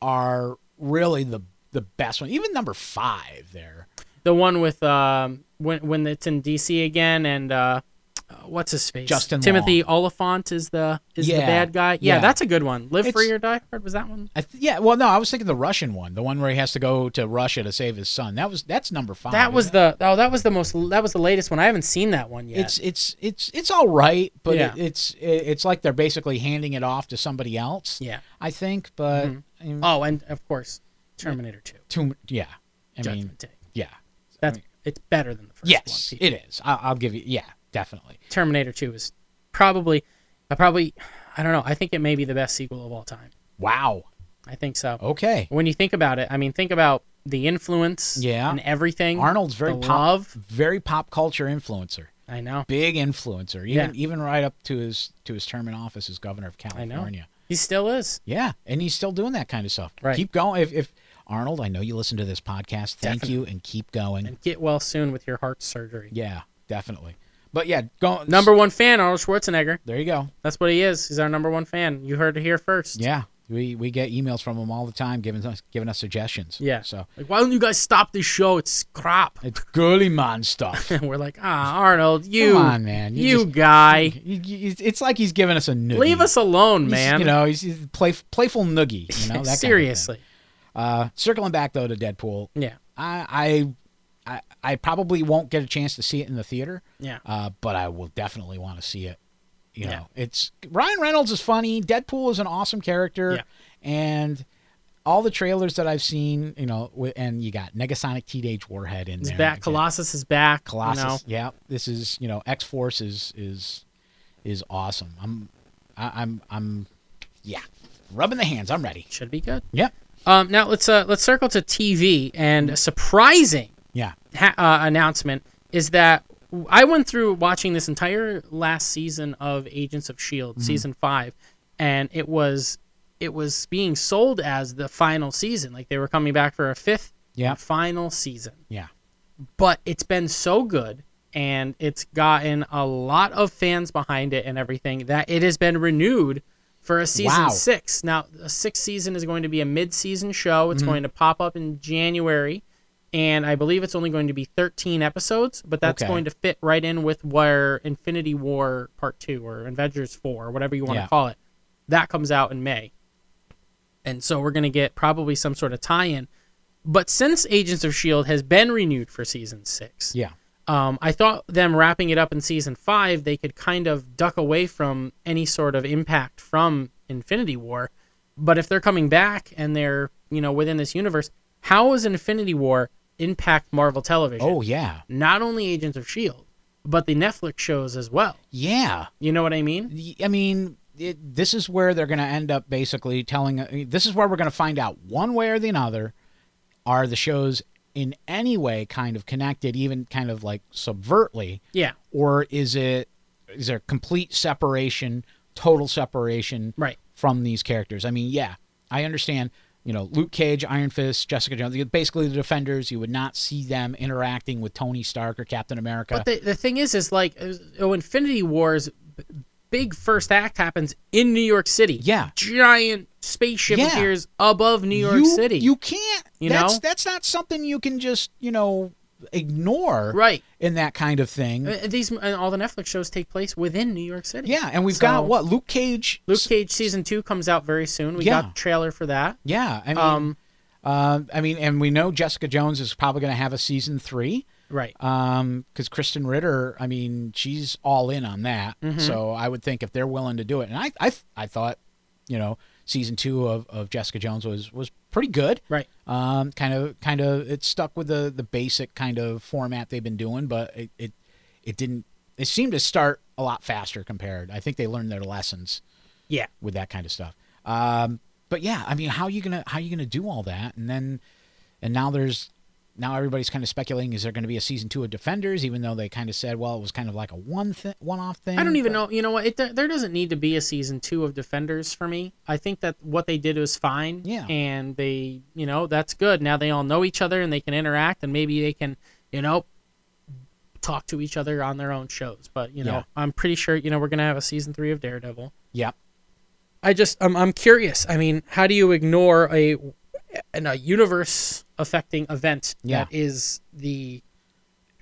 Speaker 8: are really the the best one. Even number five there.
Speaker 7: the one with um when when it's in DC again and uh what's his face?
Speaker 8: Justin
Speaker 7: Timothy Oliphant is the is the
Speaker 8: Yeah.
Speaker 7: bad guy. Yeah,
Speaker 8: Yeah.
Speaker 7: that's a good one. Live
Speaker 8: It's-
Speaker 7: Free or Die Hard was that one?
Speaker 8: I th- yeah, well, no, I was thinking the Russian one, the one where he has to go to Russia to save his son. That was that's number five.
Speaker 7: That was
Speaker 8: isn't it?
Speaker 7: the oh that was the most that was the latest one. I haven't seen that one yet.
Speaker 8: It's it's it's it's all right, but
Speaker 7: Yeah.
Speaker 8: it, it's it, it's like they're basically handing it off to somebody else.
Speaker 7: Yeah.
Speaker 8: I think, but I mean,
Speaker 7: Oh, and of course, Terminator Two,
Speaker 8: too- yeah, I
Speaker 7: Judgment
Speaker 8: mean,
Speaker 7: Day.
Speaker 8: yeah.
Speaker 7: That's it's better than the first
Speaker 8: Yes,
Speaker 7: one.
Speaker 8: it is. I, I'll give you. Yeah, definitely.
Speaker 7: Terminator Two is uh, probably, I probably, I don't know. I think it may be the best sequel of all time.
Speaker 8: Wow.
Speaker 7: I think so.
Speaker 8: Okay.
Speaker 7: When you think about it, I mean, think about the influence
Speaker 8: Yeah.
Speaker 7: and everything.
Speaker 8: Arnold's very
Speaker 7: the
Speaker 8: pop,
Speaker 7: love.
Speaker 8: very pop culture influencer,
Speaker 7: I know.
Speaker 8: big influencer. Even
Speaker 7: Yeah.
Speaker 8: even right up to his to his term in office as governor of
Speaker 7: I know.
Speaker 8: California.
Speaker 7: He still is.
Speaker 8: Yeah, and he's still doing that kind of stuff.
Speaker 7: Right.
Speaker 8: Keep going. If, if Arnold, I know you listen to this podcast. Thank you, and keep going.
Speaker 7: And get well soon with your heart surgery.
Speaker 8: yeah, definitely. But yeah, go
Speaker 7: Number one fan, Arnold Schwarzenegger.
Speaker 8: There you go.
Speaker 7: That's what he is. He's our number one fan. You heard it here first.
Speaker 8: Yeah, we we get emails from him all the time, giving us giving us suggestions.
Speaker 7: Yeah.
Speaker 8: so
Speaker 7: Like, why don't you guys stop this show? It's crap.
Speaker 8: it's girly man stuff.
Speaker 7: And we're like, ah, Arnold, you,
Speaker 8: on, man. You
Speaker 7: you,
Speaker 8: just-
Speaker 7: guy,
Speaker 8: You- you- it's like he's giving us a noogie.
Speaker 7: leave us alone,
Speaker 8: He's,
Speaker 7: man.
Speaker 8: You know, he's, he's play, playful noogie. You know, that kind of thing.
Speaker 7: seriously.
Speaker 8: uh, circling back though to Deadpool,
Speaker 7: Yeah,
Speaker 8: I, I I I probably won't get a chance to see it in the theater.
Speaker 7: yeah.
Speaker 8: uh, but I will definitely want to see it. You
Speaker 7: Yeah.
Speaker 8: know, it's Ryan Reynolds is funny. Deadpool is an awesome character,
Speaker 7: Yeah.
Speaker 8: and all the trailers that I've seen, you know, wi- and you got Negasonic Teenage Warhead in
Speaker 7: He's
Speaker 8: there.
Speaker 7: back.
Speaker 8: again.
Speaker 7: Colossus is back. you
Speaker 8: Colossus.
Speaker 7: know.
Speaker 8: Yeah, this is you know X Force is is is awesome. I'm I, I'm I'm yeah, rubbing the hands. I'm ready.
Speaker 7: should be good.
Speaker 8: Yep.
Speaker 7: Um, now let's uh, let's circle to TV and a surprising
Speaker 8: Yeah.
Speaker 7: ha- uh, announcement is that I went through watching this entire last season of Agents of Shield, E
Speaker 8: Mm-hmm.
Speaker 7: season five, and it was it was being sold as the final season, like they were coming back for a fifth
Speaker 8: Yeah.
Speaker 7: and final season.
Speaker 8: Yeah.
Speaker 7: But it's been so good and it's gotten a lot of fans behind it and everything that it has been renewed for a season
Speaker 8: Wow.
Speaker 7: six. Now, a sixth season is going to be a mid season show.
Speaker 8: Mm-hmm.
Speaker 7: It's going to pop up in January. And I believe it's only going to be 13 episodes, but that's
Speaker 8: Okay.
Speaker 7: going to fit right in with where Infinity War Part 2 or Avengers 4 or whatever you want
Speaker 8: Yeah.
Speaker 7: to call it. That comes out in May. And so we're going to get probably some sort of tie in. But since Agents of S.H.I.E.L.D. E has been renewed for season six,
Speaker 8: Yeah.
Speaker 7: um, I thought them wrapping it up in season five, they could kind of duck away from any sort of impact from Infinity War. But if they're coming back and they're, you know, within this universe, how is Infinity War impact Marvel television?
Speaker 8: Oh yeah.
Speaker 7: Not only Agents of S.H.I.E.L.D., E but the Netflix shows as well.
Speaker 8: Yeah.
Speaker 7: You know what I mean?
Speaker 8: Y- I mean, it, this is where they're going to end up basically telling. I mean, This is where we're going to find out one way or the other are the shows in any way kind of connected, even kind of like subvertly,
Speaker 7: Yeah.
Speaker 8: or is it is there complete separation, total separation
Speaker 7: Right.
Speaker 8: from these characters? I mean, yeah, I understand. You know, Luke Cage, Iron Fist, Jessica Jones, basically the Defenders. You would not see them interacting with Tony Stark or Captain America.
Speaker 7: But the, the thing is, is like, uh, oh, Infinity War's b- big first act happens in New York City.
Speaker 8: Yeah.
Speaker 7: Giant spaceship
Speaker 8: Yeah.
Speaker 7: appears above New York
Speaker 8: you,
Speaker 7: City.
Speaker 8: You can't.
Speaker 7: You
Speaker 8: that's,
Speaker 7: know?
Speaker 8: that's not something you can just you know ignore
Speaker 7: Right.
Speaker 8: in that kind of thing.
Speaker 7: Uh, These and all the Netflix shows take place within New York City.
Speaker 8: yeah, and we've
Speaker 7: So,
Speaker 8: got what Luke Cage.
Speaker 7: Luke Cage season two comes out very soon. We
Speaker 8: Yeah.
Speaker 7: got the trailer for that.
Speaker 8: Yeah, I mean,
Speaker 7: Um,
Speaker 8: uh, I mean, and we know Jessica Jones is probably going to have a season three.
Speaker 7: right.
Speaker 8: Um, because Kristen Ritter, I mean, she's all in on that. So I would think if they're willing to do it, and I, I, I thought, you know, season two of, of Jessica Jones was was pretty good.
Speaker 7: Right.
Speaker 8: Um, kind of, kind of, it stuck with the the basic kind of format they've been doing, but it it, it didn't. It seemed to start a lot faster compared. I think they learned their lessons
Speaker 7: Yeah.
Speaker 8: with that kind of stuff. Um, but yeah, I mean, how you gonna how you gonna do all that? And then, and now there's now everybody's kind of speculating: is there going to be a season two of Defenders? Even though they kind of said, well, it was kind of like a one th- one off thing.
Speaker 7: I don't even know. You know what? It, there doesn't need to be a season two of Defenders for me. I think that what they did was fine.
Speaker 8: Yeah.
Speaker 7: And they, you know, that's good. Now they all know each other and they can interact and maybe they can, you know, talk to each other on their own shows. But you know,
Speaker 8: Yeah.
Speaker 7: I'm pretty sure you know we're gonna have a season three of Daredevil.
Speaker 8: Yep.
Speaker 7: I just I'm, I'm curious. I mean, how do you ignore a an, a universe affecting event
Speaker 8: Yeah.
Speaker 7: that is the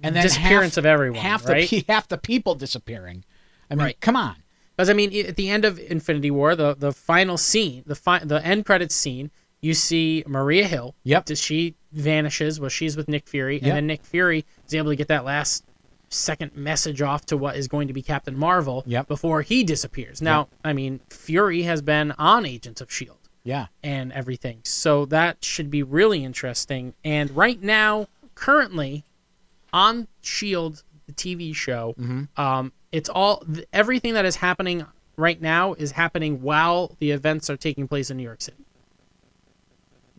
Speaker 8: And then
Speaker 7: disappearance
Speaker 8: half,
Speaker 7: of everyone,
Speaker 8: half
Speaker 7: right?
Speaker 8: the pe- half the people disappearing. I mean,
Speaker 7: Right.
Speaker 8: come on.
Speaker 7: Because I mean, i- at the end of Infinity War, the the final scene, the fi- the end credits scene, you see Maria Hill.
Speaker 8: Yep.
Speaker 7: Does She vanishes. Well, she's with Nick Fury, and
Speaker 8: Yep.
Speaker 7: then Nick Fury is able to get that last second message off to what is going to be Captain Marvel.
Speaker 8: Yep.
Speaker 7: Before he disappears. Now, I mean, Fury has been on Agents of Shield
Speaker 8: Yeah.
Speaker 7: and everything, so that should be really interesting. And right now, currently, on Shield, E the TV show,
Speaker 8: Mm-hmm.
Speaker 7: um, it's all th- everything that is happening right now is happening while the events are taking place in New York City.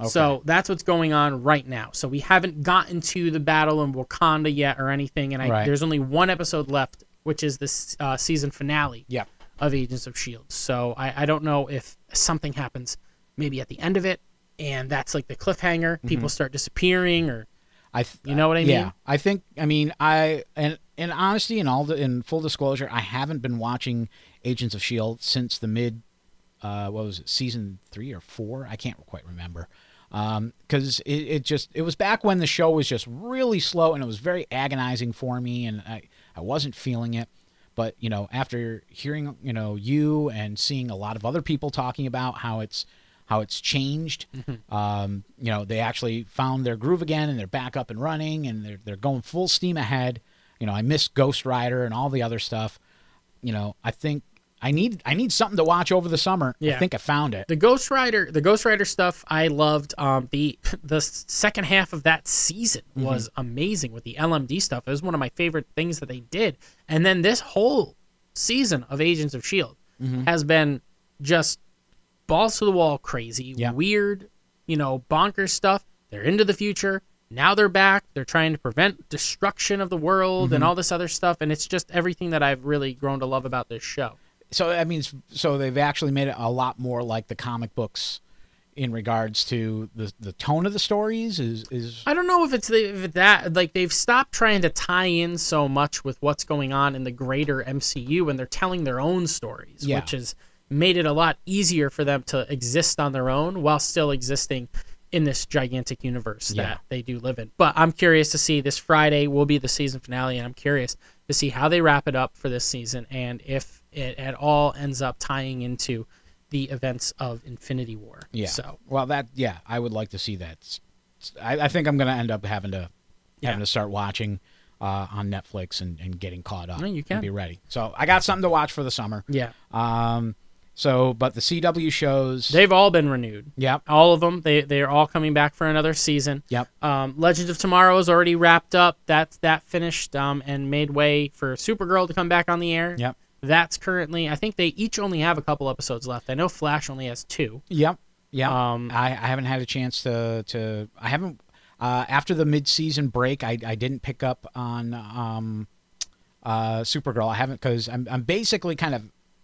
Speaker 7: So that's what's going on right now. So we haven't gotten to the battle in Wakanda yet or anything, and I,
Speaker 8: Right.
Speaker 7: there's only one episode left, which is this uh, season finale
Speaker 8: Yeah.
Speaker 7: of Agents of Shield. So I, I don't know if something happens, maybe at the end of it, and that's like the cliffhanger. People start disappearing, or
Speaker 8: I th-
Speaker 7: You know what I
Speaker 8: yeah.
Speaker 7: mean?
Speaker 8: I think I mean I and in honesty and all the in full disclosure, I haven't been watching Agents of Shield E since the mid uh what was it, season 3 or 4? I can't quite remember. Um cuz it, it just it was back when the show was just really slow and it was very agonizing for me and I I wasn't feeling it. But, you know, after hearing, you know, you and seeing a lot of other people talking about how it's how it's changed. Um, you know, they actually found their groove again and they're back up and running and they're, they're going full steam ahead. You know, I miss Ghost Rider and all the other stuff. You know, I think I need I need something to watch over the summer. I
Speaker 7: Yeah.
Speaker 8: think I found it.
Speaker 7: the Ghost Rider, the Ghost Rider stuff. I loved um, the the s- second half of that season was amazing with the LMD stuff. It was one of my favorite things that they did. And then this whole season of Agents of Shield E has been just balls to the wall, crazy,
Speaker 8: Yeah.
Speaker 7: weird, you know, bonkers stuff. They're into the future. Now they're back. They're trying to prevent destruction of the world and all this other stuff. And it's just everything that I've really grown to love about this show.
Speaker 8: So I mean, so they've actually made it a lot more like the comic books in regards to the the tone of the stories is is
Speaker 7: I don't know if it's the, if it that like they've stopped trying to tie in so much with what's going on in the greater MCU, and they're telling their own stories,
Speaker 8: Yeah.
Speaker 7: which has made it a lot easier for them to exist on their own while still existing in this gigantic universe
Speaker 8: Yeah.
Speaker 7: that they do live in. But I'm curious to see this Friday will be the season finale, and I'm curious to see how they wrap it up for this season and if it at all ends up tying into the events of Infinity War.
Speaker 8: yeah.
Speaker 7: So
Speaker 8: well, that yeah, I would like to see that. S- s- I, I think I'm gonna end up having to
Speaker 7: Yeah.
Speaker 8: having to start watching uh, on Netflix and, and getting caught up.
Speaker 7: No, you
Speaker 8: And
Speaker 7: can.
Speaker 8: be ready. So I got something to watch for the summer.
Speaker 7: yeah,
Speaker 8: Um. So, but the CW shows.
Speaker 7: they've all been renewed.
Speaker 8: yep.
Speaker 7: all of them. They they are all coming back for another season.
Speaker 8: Yep.
Speaker 7: Um, Legends of Tomorrow is already wrapped up. That's that finished um, and made way for Supergirl to come back on the air.
Speaker 8: Yep.
Speaker 7: That's currently. I think they each only have a couple episodes left. I know Flash only has two.
Speaker 8: Yep. Yep.
Speaker 7: Um,
Speaker 8: I, I haven't had a chance to to I haven't uh, after the mid season break I, I didn't pick up on um, uh, Supergirl I haven't because I'm I'm basically kind of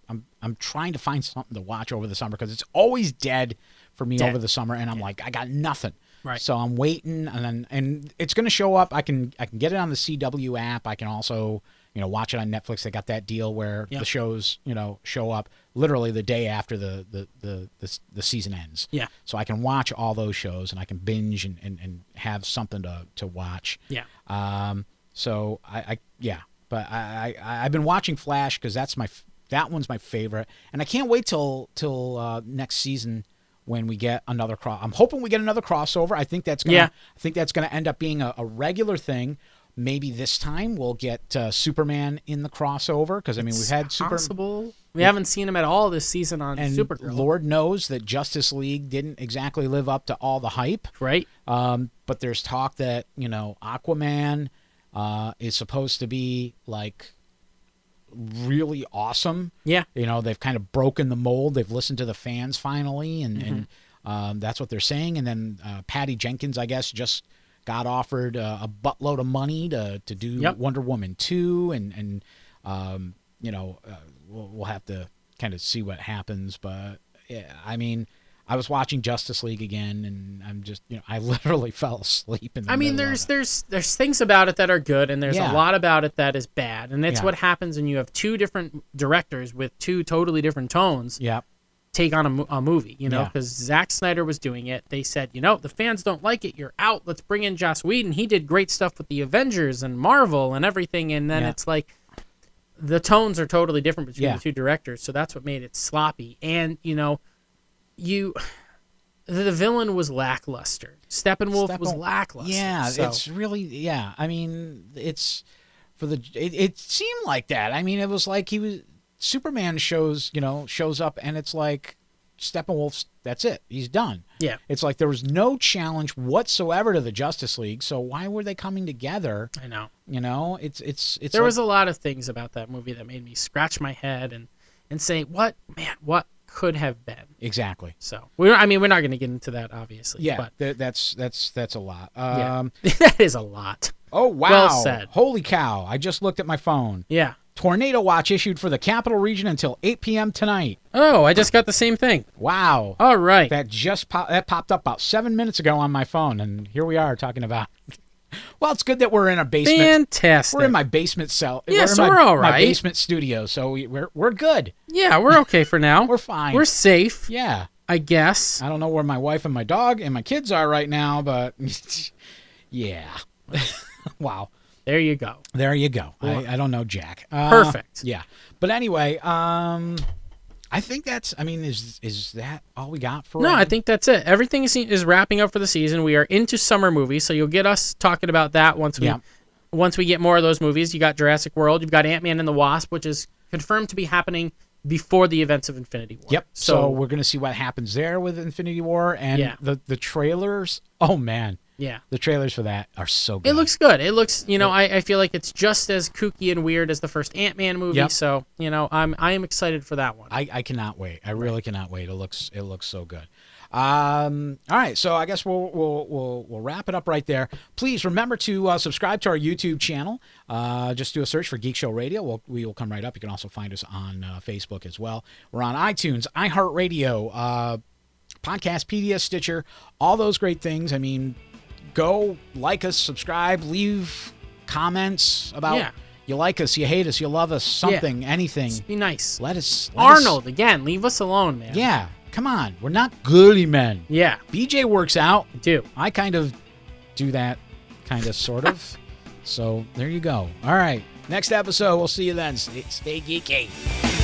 Speaker 8: I'm I'm trying to find something to watch over the summer because it's always dead for me
Speaker 7: Dead.
Speaker 8: over the summer and I'm like I got nothing.
Speaker 7: Right.
Speaker 8: So I'm waiting and then, and it's going to show up. I can I can get it on the CW app. I can also you know watch it on Netflix. They got that deal where
Speaker 7: Yep.
Speaker 8: the shows you know show up literally the day after the the the the, the season ends.
Speaker 7: Yeah.
Speaker 8: So I can watch all those shows and I can binge and, and, and have something to, to watch.
Speaker 7: Yeah.
Speaker 8: Um. So I, I yeah, but I, I I've been watching Flash because that's my f- that one's my favorite, and I can't wait till till uh, next season when we get another cross. I'm hoping we get another crossover. I think that's gonna
Speaker 7: Yeah.
Speaker 8: I think that's gonna end up being a, a regular thing. Maybe this time we'll get uh, Superman in the crossover because I mean we've had Super
Speaker 7: Possible. We haven't seen him at all this season on
Speaker 8: and
Speaker 7: Supergirl.
Speaker 8: Lord knows that Justice League didn't exactly live up to all the hype.
Speaker 7: right.
Speaker 8: Um, but there's talk that you know Aquaman uh, is supposed to be like really awesome.
Speaker 7: Yeah.
Speaker 8: You know they've kind of broken the mold. They've listened to the fans finally, and,
Speaker 7: Mm-hmm.
Speaker 8: and um, that's what they're saying. And then uh, Patty Jenkins, I guess, just got offered uh, a buttload of money to to do
Speaker 7: Yep.
Speaker 8: Wonder Woman two, and and um, you know uh, we'll, we'll have to kind of see what happens. But yeah, I mean. I was watching Justice League again, and I'm just, you know, I literally fell asleep. In the
Speaker 7: I mean,
Speaker 8: middle of
Speaker 7: there's
Speaker 8: it.
Speaker 7: there's there's things about it that are good, and there's a
Speaker 8: Yeah.
Speaker 7: lot about it that is bad, and that's
Speaker 8: Yeah.
Speaker 7: what happens when you have two different directors with two totally different tones.
Speaker 8: yeah,
Speaker 7: take on a, mo- a movie, you know,
Speaker 8: Yeah.
Speaker 7: because Zack Snyder was doing it. They said, you know, the fans don't like it. You're out. Let's bring in Joss Whedon. He did great stuff with the Avengers and Marvel and everything. And then
Speaker 8: Yeah.
Speaker 7: it's like the tones are totally different between
Speaker 8: Yeah.
Speaker 7: the two directors. So that's what made it sloppy. And, you know, you. The the villain was lackluster. Steppenwolf was
Speaker 8: Steppen-
Speaker 7: lackluster.
Speaker 8: yeah,
Speaker 7: so-
Speaker 8: it's really, yeah. I mean, it's for the. It, it seemed like that. I mean, it was like he was Superman shows, you know, shows up, and it's like Steppenwolf's. That's it. He's done.
Speaker 7: yeah.
Speaker 8: It's like there was no challenge whatsoever to the Justice League. So why were they coming together?
Speaker 7: I know.
Speaker 8: You know, it's it's it's.
Speaker 7: there
Speaker 8: like-
Speaker 7: was a lot of things about that movie that made me scratch my head and and say what man what could have been.
Speaker 8: Exactly.
Speaker 7: So we're I mean we're not going to get into that obviously.
Speaker 8: Yeah,
Speaker 7: but
Speaker 8: th- that's that's that's a lot.
Speaker 7: yeah.
Speaker 8: Um,
Speaker 7: that is a lot.
Speaker 8: Oh wow!
Speaker 7: said.
Speaker 8: Holy cow! I just looked at my phone.
Speaker 7: Yeah.
Speaker 8: Tornado watch issued for the capital region until 8 p.m. tonight.
Speaker 7: Oh, I just got the same thing.
Speaker 8: Wow.
Speaker 7: All right.
Speaker 8: That just pop- that popped up about seven minutes ago on my phone, and here we are talking about. well, it's good that we're in a basement.
Speaker 7: Fantastic.
Speaker 8: We're in my basement cell.
Speaker 7: Yeah,
Speaker 8: we're
Speaker 7: so
Speaker 8: in my,
Speaker 7: we're all
Speaker 8: My
Speaker 7: right.
Speaker 8: basement studio, so we, we're we're good.
Speaker 7: yeah, we're okay for now.
Speaker 8: We're fine.
Speaker 7: We're safe,
Speaker 8: yeah. Uh,
Speaker 7: I guess.
Speaker 8: I don't know where my wife and my dog and my kids are right now, but yeah. wow.
Speaker 7: There you go.
Speaker 8: There you go. I, I don't know, Jack. Uh,
Speaker 7: Perfect.
Speaker 8: Yeah. But anyway, um, I think that's. I mean, is is that all we got for?
Speaker 7: No, I think that's it. Everything is, is wrapping up for the season. We are into summer movies, so you'll get us talking about that once we
Speaker 8: Yeah.
Speaker 7: once we get more of those movies. You got Jurassic World, you've got Ant Man and the Wasp, which is confirmed to be happening before the events of Infinity War.
Speaker 8: Yep. So,
Speaker 7: So,
Speaker 8: we're gonna see what happens there with Infinity War and
Speaker 7: Yeah.
Speaker 8: the the trailers. Oh man,
Speaker 7: yeah.
Speaker 8: the trailers for that are so good.
Speaker 7: It looks good. It looks, you know, I, I feel like it's just as kooky and weird as the first Ant Man movie.
Speaker 8: Yep.
Speaker 7: So, you know, I'm I am excited for that one.
Speaker 8: I, I cannot wait. I really cannot wait. It looks it looks so good. Um, all right, so I guess we'll we'll we'll, we'll wrap it up right there. Please remember to uh, subscribe to our YouTube channel. Uh, just do a search for Geek Show Radio. We'll, we will come right up. You can also find us on uh, Facebook as well. We're on iTunes, iHeartRadio, uh, Podcastpedia, Stitcher, all those great things. I mean, go like us, subscribe, leave comments about
Speaker 7: Yeah.
Speaker 8: you like us, you hate us, you love us, something, anything.
Speaker 7: Just be nice.
Speaker 8: Let us let us-
Speaker 7: Arnold, again, leave us alone, man.
Speaker 8: yeah, come on. We're not girly men.
Speaker 7: Yeah,
Speaker 8: BJ works out.
Speaker 7: do.
Speaker 8: I kind of do that, kind of, sort of. So there you go. All right. Next episode. We'll see you then. Stay, stay geeky.